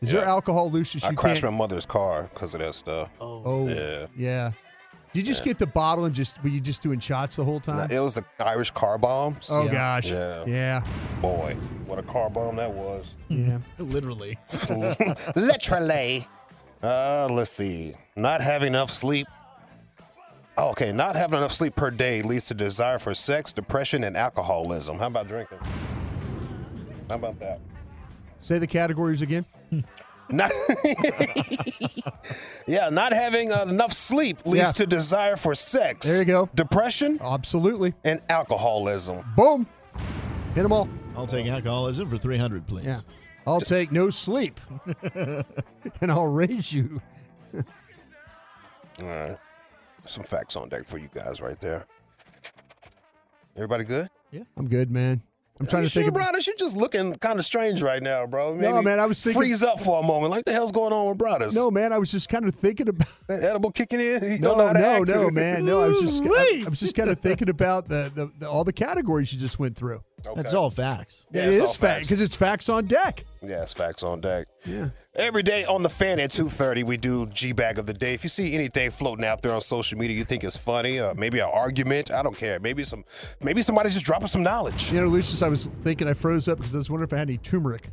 Speaker 2: Is there alcohol, Lucius?
Speaker 4: I
Speaker 2: you
Speaker 4: crashed
Speaker 2: can't-
Speaker 4: my mother's car because of that stuff.
Speaker 2: Oh,
Speaker 4: yeah.
Speaker 2: yeah. Did you just
Speaker 4: Yeah.
Speaker 2: get the bottle and just were you just doing shots the whole time?
Speaker 4: It was the Irish car bombs.
Speaker 2: Oh gosh.
Speaker 4: Yeah.
Speaker 2: Yeah.
Speaker 4: Boy, what a car bomb that was.
Speaker 2: Yeah.
Speaker 1: Literally.
Speaker 4: Literally. Uh, let's see. Not having enough sleep. Oh, okay, not having enough sleep per day leads to desire for sex, depression, and alcoholism. How about drinking? How about that?
Speaker 2: Say the categories again.
Speaker 4: Not yeah, not having uh, enough sleep leads
Speaker 2: Yeah.
Speaker 4: to desire for sex.
Speaker 2: There you go.
Speaker 4: Depression
Speaker 2: Absolutely.
Speaker 4: and alcoholism.
Speaker 2: Boom. Hit them all.
Speaker 1: I'll take alcoholism for 300, please.
Speaker 2: Yeah. I'll take no sleep and I'll raise you.
Speaker 4: All right. Some facts on deck for you guys right there. Everybody good?
Speaker 2: I'm good, man. I'm trying
Speaker 4: you
Speaker 2: to think
Speaker 4: sure,
Speaker 2: about
Speaker 4: Brothers? You're just looking kind of strange right now, bro.
Speaker 2: No, man, I was thinking-
Speaker 4: Freeze up for a moment. Like, the hell's going on with Brothers?
Speaker 2: No, man, I was just kind of thinking about
Speaker 4: That edible kicking in? You don't know
Speaker 2: No,
Speaker 4: how to
Speaker 2: no,
Speaker 4: act.
Speaker 2: no, man. No, I was just I,
Speaker 1: Ooh-wee.
Speaker 2: I was just kind of thinking about the, the, the all the categories you just went through.
Speaker 4: Okay.
Speaker 1: That's all facts.
Speaker 4: Yeah,
Speaker 2: it
Speaker 4: it's all
Speaker 2: is fact
Speaker 4: facts.
Speaker 2: because it's facts on deck.
Speaker 4: Yeah, it's facts on deck. Yeah. Every day on the fan at 2:30, we do G Bag of the Day. If you see anything floating out there on social media you think is funny, uh, maybe an argument, I don't care. Maybe some maybe somebody's just dropping some knowledge.
Speaker 2: You know, Lucius, I was thinking I froze up because I was wondering if I had any turmeric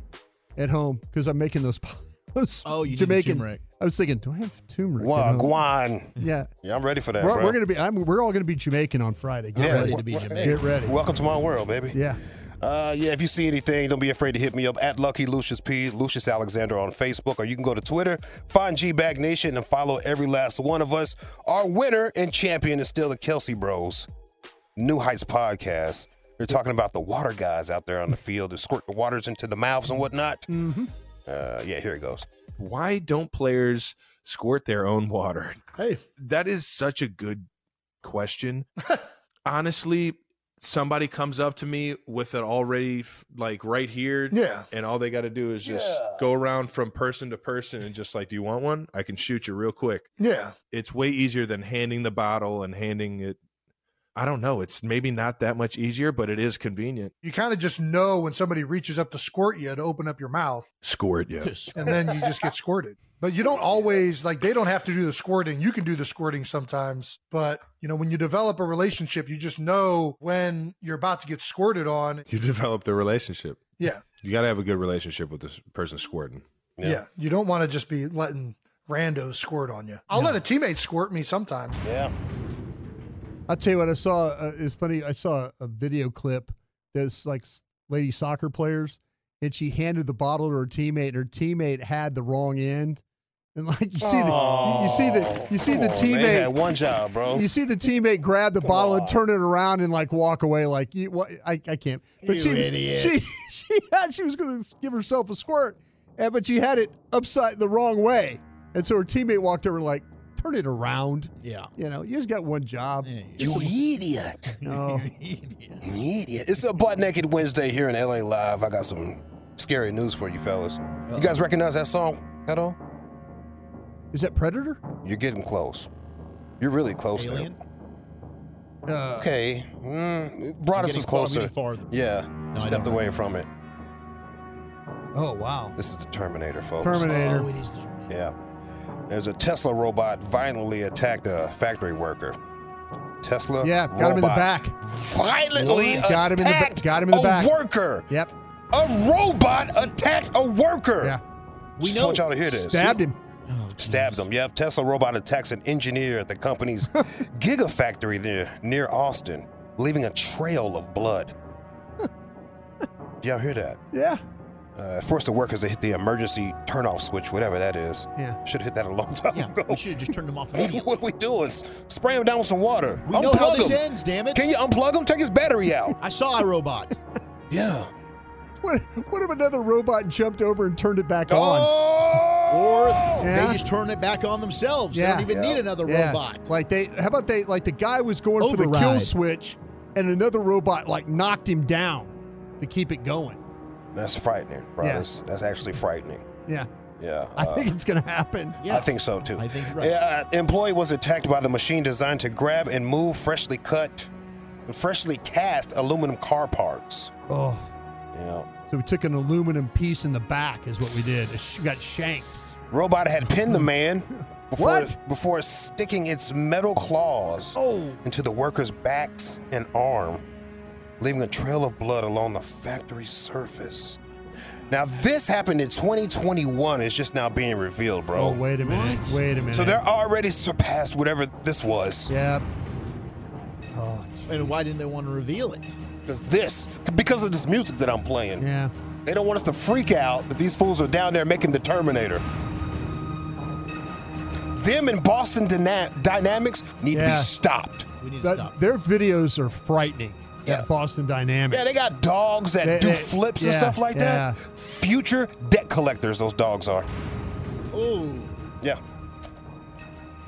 Speaker 2: at home because I'm making those. pa- those
Speaker 1: Oh, you did the turmeric.
Speaker 2: I was thinking, do I have turmeric? at
Speaker 4: Wagwan.
Speaker 2: home? Yeah,
Speaker 4: Yeah, I'm ready for that,
Speaker 2: we're,
Speaker 4: bro.
Speaker 2: we're gonna be. I'm, we're all gonna be Jamaican on Friday. Get
Speaker 4: Yeah,
Speaker 2: ready.
Speaker 1: ready to be
Speaker 4: w-
Speaker 1: Jamaican.
Speaker 2: Get ready.
Speaker 4: Welcome to my world, baby.
Speaker 2: Yeah.
Speaker 4: Uh, yeah, if you see anything, don't be afraid to hit me up at Lucky Lucius P, Lucius Alexander on Facebook, or you can go to Twitter, find G Bag Nation, and follow every last one of us. Our winner and champion is still the Kelsey Bros, New Heights Podcast. They're talking about the water guys out there on the field that squirt the waters into the mouths and whatnot. Mm-hmm. Uh, yeah, here it goes.
Speaker 10: why don't players squirt their own water?
Speaker 2: Hey.
Speaker 10: That is such a good question. Honestly, somebody comes up to me with it already f- like right here.
Speaker 2: Yeah.
Speaker 10: And all they got to do is just go around from person to person and just like, do you want one? I can shoot you real quick.
Speaker 2: Yeah.
Speaker 10: It's way easier than handing the bottle and handing it. I don't know. It's maybe not that much easier, but it is convenient.
Speaker 11: You kind of just know when somebody reaches up to squirt you to open up your mouth,
Speaker 10: Squirt, yeah.
Speaker 11: and then you just get squirted. But you don't always like they don't have to do the squirting. You can do the squirting sometimes. But you know, when you develop a relationship, you just know when you're about to get squirted on.
Speaker 10: You develop the relationship.
Speaker 11: Yeah.
Speaker 10: You got to have a good relationship with this person squirting.
Speaker 11: Yeah. You don't want to just be letting randos squirt on you. I'll let a teammate squirt me sometimes.
Speaker 4: Yeah.
Speaker 2: I'll tell you what I saw. Uh, it's funny. I saw a video clip that's like s- lady soccer players, and she handed the bottle to her teammate, and her teammate had the wrong end. And like you see the you see the you see
Speaker 4: Come
Speaker 2: the
Speaker 4: on, man. They
Speaker 2: teammate
Speaker 4: had one job, bro.
Speaker 2: You see the teammate grab the bottle and turn it around and like walk away like you, what, I, I can't. But
Speaker 1: You
Speaker 2: she
Speaker 1: idiot.
Speaker 2: she she had she was going to give herself a squirt, and, but she had it upside the wrong way, and so her teammate walked over like turn it around.
Speaker 1: Yeah.
Speaker 2: You know, you just got one job.
Speaker 4: You idiot.
Speaker 2: No.
Speaker 4: Idiot. It's a butt naked Wednesday here in LA Live. I got some scary news for you fellas. You guys recognize that song at all?
Speaker 2: Is that Predator?
Speaker 4: You're getting close. You're really close there.
Speaker 1: Alien?
Speaker 2: Uh,
Speaker 4: Okay. Mm, Broadus
Speaker 1: getting
Speaker 4: was
Speaker 1: far- I'm
Speaker 4: closer.
Speaker 1: getting farther.
Speaker 4: Yeah.
Speaker 1: I
Speaker 4: stepped
Speaker 1: don't
Speaker 4: away
Speaker 1: recognize
Speaker 4: from it.
Speaker 2: Oh wow,
Speaker 4: This is the Terminator, folks.
Speaker 2: Terminator.
Speaker 1: Oh, it is the Terminator.
Speaker 4: Yeah. There's a Tesla robot violently attacked a factory worker. Tesla.
Speaker 2: yeah, got him in the
Speaker 4: Oh, robot
Speaker 2: back.
Speaker 4: Violently
Speaker 2: Got him in the ba-
Speaker 4: attacked
Speaker 2: got him in the
Speaker 4: a
Speaker 2: back.
Speaker 4: worker.
Speaker 2: Yep.
Speaker 4: A robot attacked a worker.
Speaker 2: Yeah.
Speaker 1: We
Speaker 4: Just
Speaker 1: know.
Speaker 4: want y'all to hear this.
Speaker 2: Stabbed him.
Speaker 1: Oh,
Speaker 4: Stabbed him. Yep. Tesla robot attacks an engineer at the company's gigafactory there near Austin, leaving a trail of blood. y'all hear that?
Speaker 2: Yeah.
Speaker 4: Uh, forced the workers to hit the emergency turnoff switch, whatever that is.
Speaker 2: Yeah.
Speaker 4: Should have hit that a long time
Speaker 1: Yeah,
Speaker 4: ago.
Speaker 1: we should have just turned him off immediately.
Speaker 4: what are we doing? S- Spray him down with some water.
Speaker 1: We know how
Speaker 4: Unplug
Speaker 1: this
Speaker 4: him.
Speaker 1: ends, damn it.
Speaker 4: Can you unplug him? Take his battery out.
Speaker 1: I saw a robot.
Speaker 4: yeah.
Speaker 2: What, what if another robot jumped over and turned it back on?
Speaker 1: Or
Speaker 4: Oh!
Speaker 2: Yeah.
Speaker 1: they just turn it back on themselves.
Speaker 2: Yeah.
Speaker 1: They don't even
Speaker 4: Yeah.
Speaker 1: need another
Speaker 2: Yeah.
Speaker 1: Oh, robot.
Speaker 2: Like they, how about they? Like the guy was going for the kill
Speaker 1: Override.
Speaker 2: switch, and another robot like knocked him down to keep it going.
Speaker 4: That's frightening, bro.
Speaker 2: Yeah.
Speaker 4: That's, that's actually frightening.
Speaker 2: Yeah,
Speaker 4: Yeah.
Speaker 2: I
Speaker 4: uh,
Speaker 2: think it's gonna happen.
Speaker 1: Yeah.
Speaker 4: I think so too.
Speaker 1: I think you're right.
Speaker 4: Yeah, uh, employee was attacked by the machine designed to grab and move freshly cut, freshly cast aluminum car parts.
Speaker 2: Oh,
Speaker 4: Yeah.
Speaker 2: So we took an aluminum piece in the back, is what we did. It sh- got shanked.
Speaker 4: Robot had pinned the man before, before sticking its metal claws
Speaker 1: Oh.
Speaker 4: into the workers' backs and arm, leaving a trail of blood along the factory surface. Now, this happened in 2021. It's just now being revealed, bro.
Speaker 2: Oh, wait a minute. Wait a minute.
Speaker 4: So they're already surpassed whatever this was.
Speaker 2: Yeah. Oh,
Speaker 1: and why didn't they want to reveal it?
Speaker 4: Because this, because of this music that I'm playing.
Speaker 2: Yeah.
Speaker 4: They don't want us to freak out that these fools are down there making the Terminator. Them and Boston Dyna- Dynamics need to
Speaker 2: Yeah.
Speaker 4: be stopped.
Speaker 1: We need
Speaker 2: That- their videos are frightening. That Boston Dynamics.
Speaker 4: Yeah, they got dogs that
Speaker 2: They-
Speaker 4: do
Speaker 2: they-
Speaker 4: flips and
Speaker 2: yeah,
Speaker 4: stuff like
Speaker 2: yeah.
Speaker 4: that. Future debt collectors, those dogs are.
Speaker 1: Ooh.
Speaker 4: Yeah.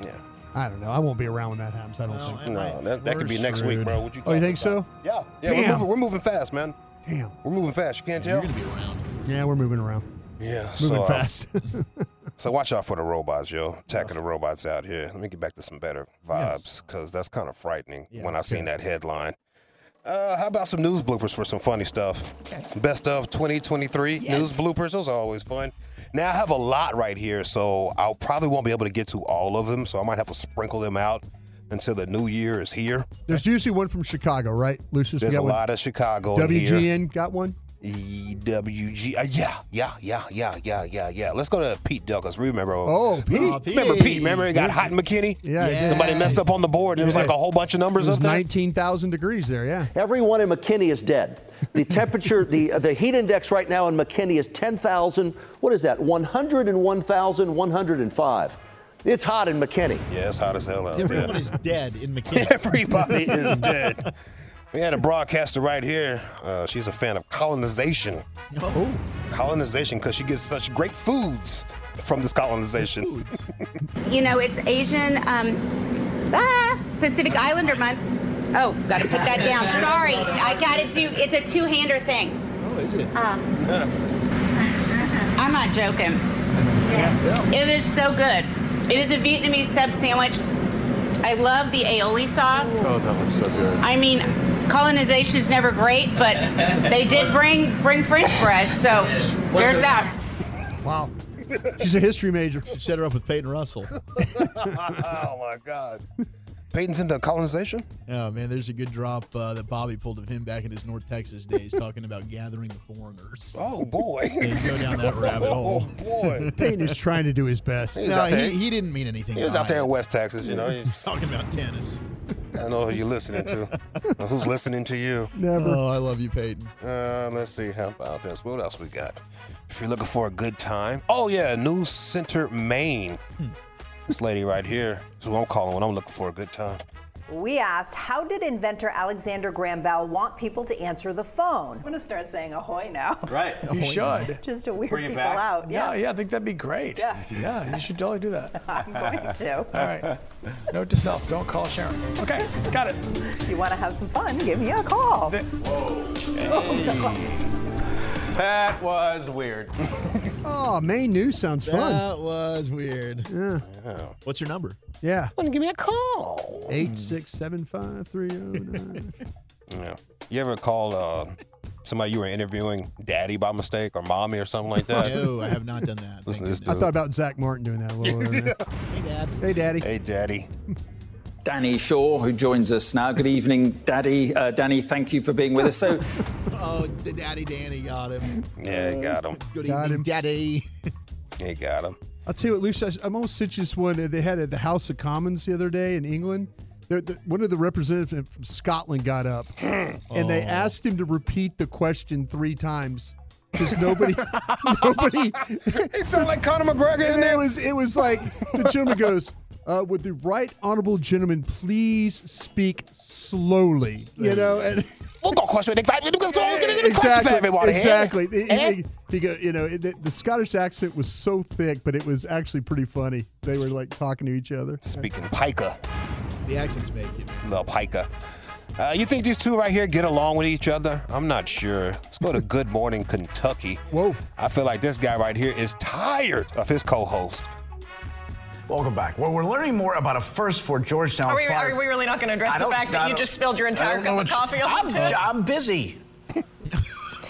Speaker 4: Yeah.
Speaker 2: I don't know. I won't be around when that happens. Oh, I don't think.
Speaker 4: No, that, that could be next week, bro. What you
Speaker 2: Oh, you
Speaker 4: talking
Speaker 2: think so?
Speaker 4: Yeah. Yeah, we're
Speaker 2: Damn.
Speaker 4: moving, we're moving fast, man.
Speaker 2: Damn.
Speaker 4: We're moving fast. You can't tell.
Speaker 1: You're gonna be around.
Speaker 2: Yeah, we're moving around.
Speaker 4: Yeah.
Speaker 2: Moving
Speaker 4: so, uh,
Speaker 2: fast.
Speaker 4: so watch out for the robots, yo. Attack of the robots out here. Let me get back to some better vibes because that's kind of frightening when I seen that headline. Uh, how about some news bloopers for some funny stuff? Best of 2023 news bloopers. Those are always fun. Now I have a lot right here, so I probably won't be able to get to all of them. So I might have to sprinkle them out until the new year is here.
Speaker 2: There's usually one from Chicago, right? Lucius, we
Speaker 4: There's a
Speaker 2: got one.
Speaker 4: lot of Chicago in here.
Speaker 2: WGN got one.
Speaker 4: EWG. Uh, yeah, yeah, yeah, yeah, yeah, yeah, yeah. Let's go to Pete Douglas. Remember?
Speaker 2: Oh,
Speaker 4: Uh,
Speaker 2: Pete. Oh, Pete.
Speaker 4: Remember Pete? Remember he got hot and McKinney?
Speaker 2: Yeah, he did.
Speaker 4: Somebody messed up on the board and there was like
Speaker 2: Yeah.
Speaker 4: a whole bunch of numbers
Speaker 2: It was
Speaker 4: up there.
Speaker 2: 19,000 degrees there, yeah.
Speaker 12: Everyone in McKinney is dead. The temperature, the the heat index right now in McKinney is 10,000. What is that? 101,105. It's hot in McKinney.
Speaker 4: Yeah, it's hot as hell out
Speaker 12: Everyone
Speaker 4: there.
Speaker 1: is dead in McKinney.
Speaker 4: Everybody is dead. We had a broadcaster right here. Uh, she's a fan of colonization.
Speaker 1: Oh.
Speaker 4: Colonization because she gets such great foods from this colonization.
Speaker 13: You know, it's Asian um, ah, Pacific Islander month. Oh, gotta put that down. Sorry, I gotta do. It's a two-hander thing.
Speaker 1: Oh, is it?
Speaker 13: Um, I'm not joking. It is so good. It is a Vietnamese sub sandwich. I love the aioli sauce.
Speaker 14: Oh, that looks so good.
Speaker 13: I mean, colonization is never great, but they did bring bring French bread, so there's that.
Speaker 2: Wow. She's a history major.
Speaker 1: She set her up with Peyton Russell.
Speaker 4: oh my God. Peyton's into colonization?
Speaker 1: Yeah, Oh, man, there's a good drop uh, that Bobby pulled of him back in his North Texas days talking about gathering the foreigners.
Speaker 4: Oh, boy.
Speaker 1: Yeah, you go down that rabbit hole.
Speaker 4: Oh, boy.
Speaker 2: Payne is trying to do his best.
Speaker 4: He was
Speaker 1: no,
Speaker 4: out there.
Speaker 1: he, he didn't mean anything.
Speaker 4: He was out
Speaker 1: by
Speaker 4: there in
Speaker 1: it.
Speaker 4: West Texas, you know.
Speaker 1: He's talking about tennis.
Speaker 4: I don't know who you're listening to. Or who's listening to you?
Speaker 1: Oh, I love you, Peyton.
Speaker 4: Uh, let's see. How about this? What else we got? If you're looking for a good time, oh yeah, News Center Maine.
Speaker 15: Hmm.
Speaker 4: This lady right here is who I'm calling when I'm looking for a good time.
Speaker 16: We asked, how did inventor Alexander Graham Bell want people to answer the phone?
Speaker 17: I'm gonna start saying ahoy now.
Speaker 18: Right. You should.
Speaker 16: Just to weird
Speaker 18: Bring it
Speaker 16: people
Speaker 18: back.
Speaker 16: out.
Speaker 18: Yeah, yeah, I think that'd be great.
Speaker 16: Yeah.
Speaker 18: Yeah, you should totally do that.
Speaker 16: I'm going to.
Speaker 18: All right. Note to self, don't call Sharon. Okay, got it.
Speaker 16: You want to have some fun? Give me a call.
Speaker 14: That was weird.
Speaker 2: Oh, Maine news sounds fun.
Speaker 1: That was weird.
Speaker 2: Yeah.
Speaker 1: What's your number?
Speaker 2: Yeah.
Speaker 4: Wouldn't give me a call.
Speaker 2: Eight six seven five three zero nine.
Speaker 4: Yeah. You ever call uh, somebody you were interviewing daddy by mistake or mommy or something like that?
Speaker 1: No, I have not done that.
Speaker 4: Listen to this dude.
Speaker 2: I thought about Zach Martin doing that a little earlier.
Speaker 1: Hey, Dad.
Speaker 2: Hey, Daddy.
Speaker 4: Hey, Daddy.
Speaker 15: Danny Shaw, who joins us now. Good evening, Daddy. Uh, Danny, thank you for being with us. So,
Speaker 1: Oh, the daddy Danny got him.
Speaker 4: Yeah, he got him.
Speaker 1: Good evening, daddy.
Speaker 4: He got him.
Speaker 2: I'll tell you what, Lucia, I'm going to send you this one that they had at the House of Commons the other day in England. There- the- one of the representatives from Scotland got up and they
Speaker 1: Oh.
Speaker 2: asked him to repeat the question three times because nobody, nobody.
Speaker 4: It sounded like Conor McGregor.
Speaker 2: And it was, it was like the gentleman goes, uh, "Would the right honourable gentleman please speak slowly?" You know, and
Speaker 4: We'll go question five. We'll go question
Speaker 2: exactly,
Speaker 4: for everybody. eh?
Speaker 2: exactly. He-
Speaker 4: Eh?
Speaker 2: he- he go- you know, the, the Scottish accent was so thick, but it was actually pretty funny. They were like talking to each other.
Speaker 4: Speaking pica.
Speaker 1: The accents make it.
Speaker 4: Little pica. Uh, you think these two right here get along with each other? I'm not sure. Let's go to Good Morning Kentucky.
Speaker 2: Whoa.
Speaker 4: I feel like this guy right here is tired of his co-host.
Speaker 19: Welcome back. Well, we're learning more about a first for Georgetown
Speaker 20: Are we,
Speaker 19: fire.
Speaker 20: are we really not going to
Speaker 19: I
Speaker 20: address the
Speaker 19: don't-
Speaker 20: fact
Speaker 19: I
Speaker 20: that you
Speaker 19: don't-
Speaker 20: just spilled your
Speaker 19: I
Speaker 20: entire
Speaker 19: don't know
Speaker 20: cup of coffee
Speaker 19: what's-
Speaker 20: on the
Speaker 19: I'm,
Speaker 20: table?
Speaker 19: I'm busy.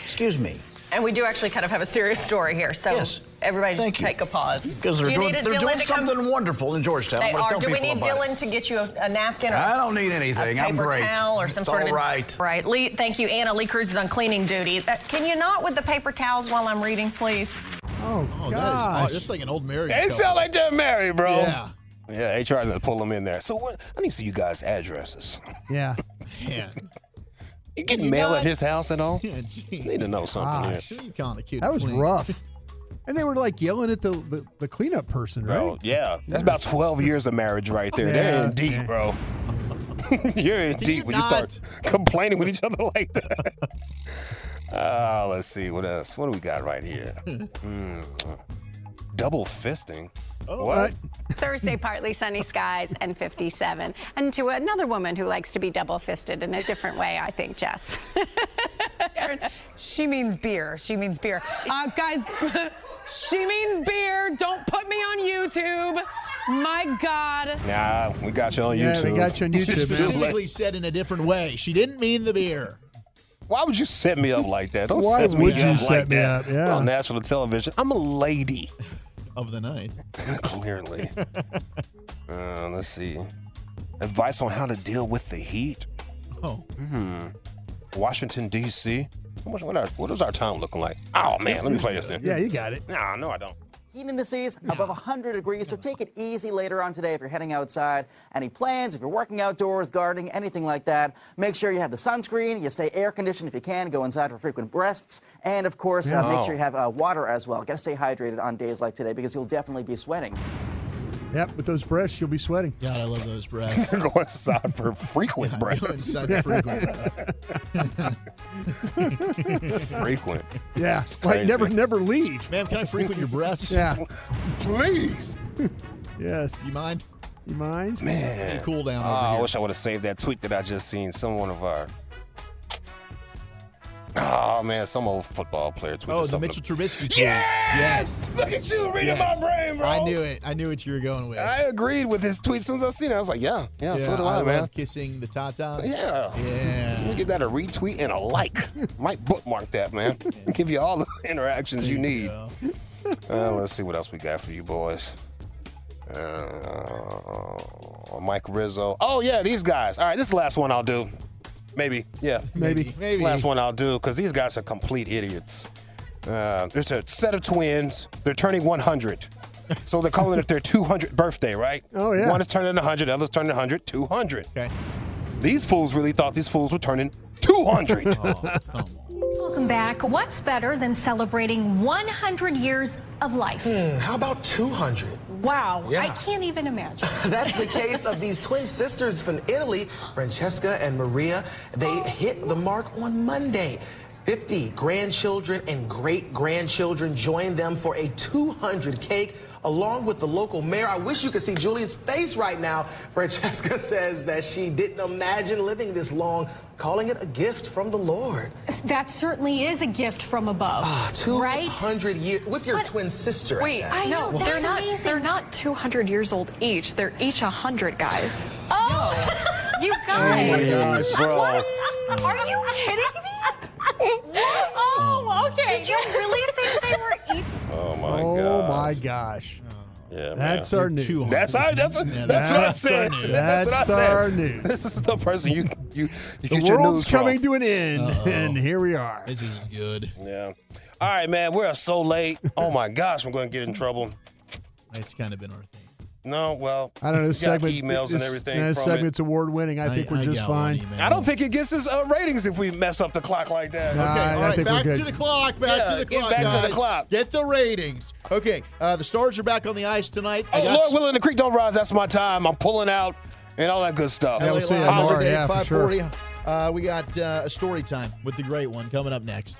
Speaker 19: Excuse me.
Speaker 17: And we do actually kind of have a serious story here, so
Speaker 19: Yes.
Speaker 17: everybody just
Speaker 19: Thank you.
Speaker 17: take a pause.
Speaker 19: Because they're
Speaker 17: do you
Speaker 19: doing,
Speaker 17: need a
Speaker 19: they're
Speaker 17: Dylan
Speaker 19: doing
Speaker 17: to come-
Speaker 19: something wonderful in Georgetown.
Speaker 17: They
Speaker 19: I'm gonna
Speaker 17: are.
Speaker 19: Tell
Speaker 17: Do we
Speaker 19: people
Speaker 17: need
Speaker 19: about
Speaker 17: Dylan to get you a, a napkin? Or
Speaker 19: I don't need anything.
Speaker 17: A
Speaker 19: I'm
Speaker 17: paper
Speaker 19: great.
Speaker 17: towel or some
Speaker 19: It's
Speaker 17: sort of
Speaker 19: all
Speaker 17: a-
Speaker 19: right.
Speaker 17: Right. Lee, thank you, Anna. Lee Cruz is on cleaning duty. Uh, can you not with the paper towels while I'm reading, please?
Speaker 2: Oh,
Speaker 1: Oh, that is aw- that's like an old marriage.
Speaker 4: They sound like they're married, bro.
Speaker 1: Yeah.
Speaker 4: Yeah, HR's gonna pull them in there. So what? I need to see you guys' addresses.
Speaker 2: Yeah.
Speaker 1: Yeah.
Speaker 4: You getting mail at his house at all?
Speaker 1: Yeah, gee. Ah,
Speaker 4: Need to know something
Speaker 2: Gosh.
Speaker 4: here.
Speaker 1: You kinda kid
Speaker 2: That was
Speaker 1: clean.
Speaker 2: rough. And they were like yelling at the, the, the cleanup person, right?
Speaker 4: Bro, yeah, that's about 12 years of marriage right there. They're in deep, bro. You're in deep when you start complaining with each other like that. uh, let's see what else. What do we got right here? Hmm. Double fisting. what?
Speaker 20: Thursday, partly sunny skies and 57. And to another woman who likes to be double fisted in a different way, I think, Jess.
Speaker 21: She means beer. She means beer. Uh, guys, she means beer. Don't put me on YouTube. My God.
Speaker 4: Nah, we got you on
Speaker 1: Yeah,
Speaker 4: YouTube.
Speaker 1: they got you on YouTube,
Speaker 4: Just feel
Speaker 1: man.
Speaker 4: like-
Speaker 1: Specifically said in a different way. She didn't mean the beer.
Speaker 4: Why would you set me up like that? Don't
Speaker 1: Why
Speaker 4: set me
Speaker 1: would you
Speaker 4: up
Speaker 1: set
Speaker 4: like
Speaker 1: me
Speaker 4: that
Speaker 1: up? Yeah.
Speaker 4: on national television. I'm a lady,
Speaker 1: Of the night.
Speaker 4: clearly. uh, let's see. Advice on how to deal with the heat.
Speaker 1: Oh.
Speaker 4: Hmm. Washington D.C. How much- What, are- what is our time looking like? Oh man, let me play this thing.
Speaker 2: Yeah, you got it.
Speaker 4: Nah, no, I don't.
Speaker 22: Heat indices above 100 degrees, so take it easy later on today if you're heading outside. Any plans, if you're working outdoors, gardening, anything like that, make sure you have the sunscreen, you stay air conditioned if you can, go inside for frequent breasts, and of course, uh,
Speaker 2: Yeah.
Speaker 22: make sure you have uh, water as well. Gotta stay hydrated on days like today because you'll definitely be sweating.
Speaker 2: Yep, with those breasts, you'll be sweating.
Speaker 1: God, I love those breasts.
Speaker 4: Go inside for frequent breath.
Speaker 1: inside for
Speaker 4: frequent.
Speaker 2: Yeah,
Speaker 4: It's
Speaker 2: like
Speaker 4: crazy.
Speaker 2: never, never leave.
Speaker 1: Ma'am, can I frequent your breasts?
Speaker 2: Yeah.
Speaker 4: Please.
Speaker 2: yes.
Speaker 1: You mind?
Speaker 2: You mind?
Speaker 4: Man,
Speaker 1: Hey, cool down
Speaker 4: Oh,
Speaker 1: over
Speaker 4: I
Speaker 1: here.
Speaker 4: wish I would have saved that tweet that I just seen. Some one of our. Oh man, some old football player tweeted
Speaker 1: Oh, the
Speaker 4: something.
Speaker 1: Mitchell Trubisky tweet. Yes!
Speaker 4: Look at you reading
Speaker 1: Yes.
Speaker 4: my brain, bro.
Speaker 1: I knew it. I knew what you were going with.
Speaker 4: I agreed with his tweet as soon as I seen it. I was like, yeah, yeah, Ah, so do I,
Speaker 1: love
Speaker 4: man.
Speaker 1: kissing the tatas.
Speaker 4: Yeah.
Speaker 1: Yeah.
Speaker 4: Let me give that a retweet and a like. Might bookmark that, man. give you all the interactions you need. Uh, let's see what else we got for you boys. Uh, Mike Rizzo. Oh, yeah, these guys. All right, this is the last one I'll do. Maybe. Yeah.
Speaker 2: Maybe.
Speaker 4: This is the last one I'll do because these guys are complete idiots. Uh, there's a set of twins. They're turning 100. So they're calling it their 200th birthday, right?
Speaker 2: Oh, yeah.
Speaker 4: One is turning 100, the other's turning 100, 200. Okay. These fools really thought these fools were turning 200.
Speaker 2: Oh,
Speaker 23: Welcome back. What's better than celebrating 100 years of life?
Speaker 7: Hmm, How about 200?
Speaker 23: Wow, I
Speaker 7: Yeah.
Speaker 23: can't even imagine.
Speaker 7: That's the case of these twin sisters from Italy, Francesca and Maria. They hit the mark on Monday. 50 grandchildren and great grandchildren joined them for a 200 cake along with the local mayor. I wish you could see Julian's face right now. Francesca says that she didn't imagine living this long, calling it a gift from the Lord.
Speaker 23: That certainly is a gift from above.
Speaker 7: Ah, 200 years with your twin sister.
Speaker 24: Wait,
Speaker 7: at that.
Speaker 24: I know they're not. They're not 200 years old each. They're each 100 guys.
Speaker 23: Oh, you
Speaker 4: guys, bro.
Speaker 23: Are you kidding me? Oh, okay. Did you really think they were equal?
Speaker 4: Oh my
Speaker 2: oh
Speaker 4: god. Oh,
Speaker 2: my gosh.
Speaker 4: Yeah,
Speaker 2: That's
Speaker 4: man.
Speaker 2: our news.
Speaker 4: That's our. That's, what-
Speaker 2: Yeah,
Speaker 4: that's what I
Speaker 2: that's
Speaker 4: said.
Speaker 2: our news.
Speaker 4: That's, what I
Speaker 2: That's
Speaker 4: said.
Speaker 2: our news.
Speaker 4: This is the person you you you
Speaker 2: The
Speaker 4: get your
Speaker 2: world's
Speaker 4: news from.
Speaker 2: coming to an end, and here we are.
Speaker 1: This isn't good.
Speaker 4: Yeah. All right, man. We're so late. Oh my gosh, I'm going to get in trouble.
Speaker 1: It's kind of been our thing.
Speaker 4: No, well,
Speaker 2: I don't know.
Speaker 4: we
Speaker 2: This
Speaker 4: got
Speaker 2: segment,
Speaker 4: emails and
Speaker 2: this,
Speaker 4: everything.
Speaker 2: This
Speaker 4: from it.
Speaker 2: segment's award winning. I think
Speaker 1: I
Speaker 2: we're just
Speaker 1: got one
Speaker 2: fine.
Speaker 1: email.
Speaker 4: I don't think it gets us uh, ratings if we mess up the clock like that.
Speaker 2: Nah,
Speaker 1: Okay, all
Speaker 2: I
Speaker 1: right,
Speaker 2: think we're
Speaker 1: back
Speaker 2: good.
Speaker 1: to the clock, back
Speaker 4: Yeah,
Speaker 1: to the
Speaker 4: get
Speaker 1: clock,
Speaker 4: back to the
Speaker 1: guys.
Speaker 4: clock.
Speaker 1: Get the ratings. Okay, uh, the Stars are back on the ice tonight.
Speaker 4: Oh,
Speaker 1: I got
Speaker 4: Lord willing, the creek don't rise. That's my time. I'm pulling out and all that good stuff.
Speaker 1: LA Live
Speaker 4: Holla-
Speaker 1: every day at
Speaker 2: yeah, for sure.
Speaker 1: 540. Uh, we got uh, a story time with the great one coming up next.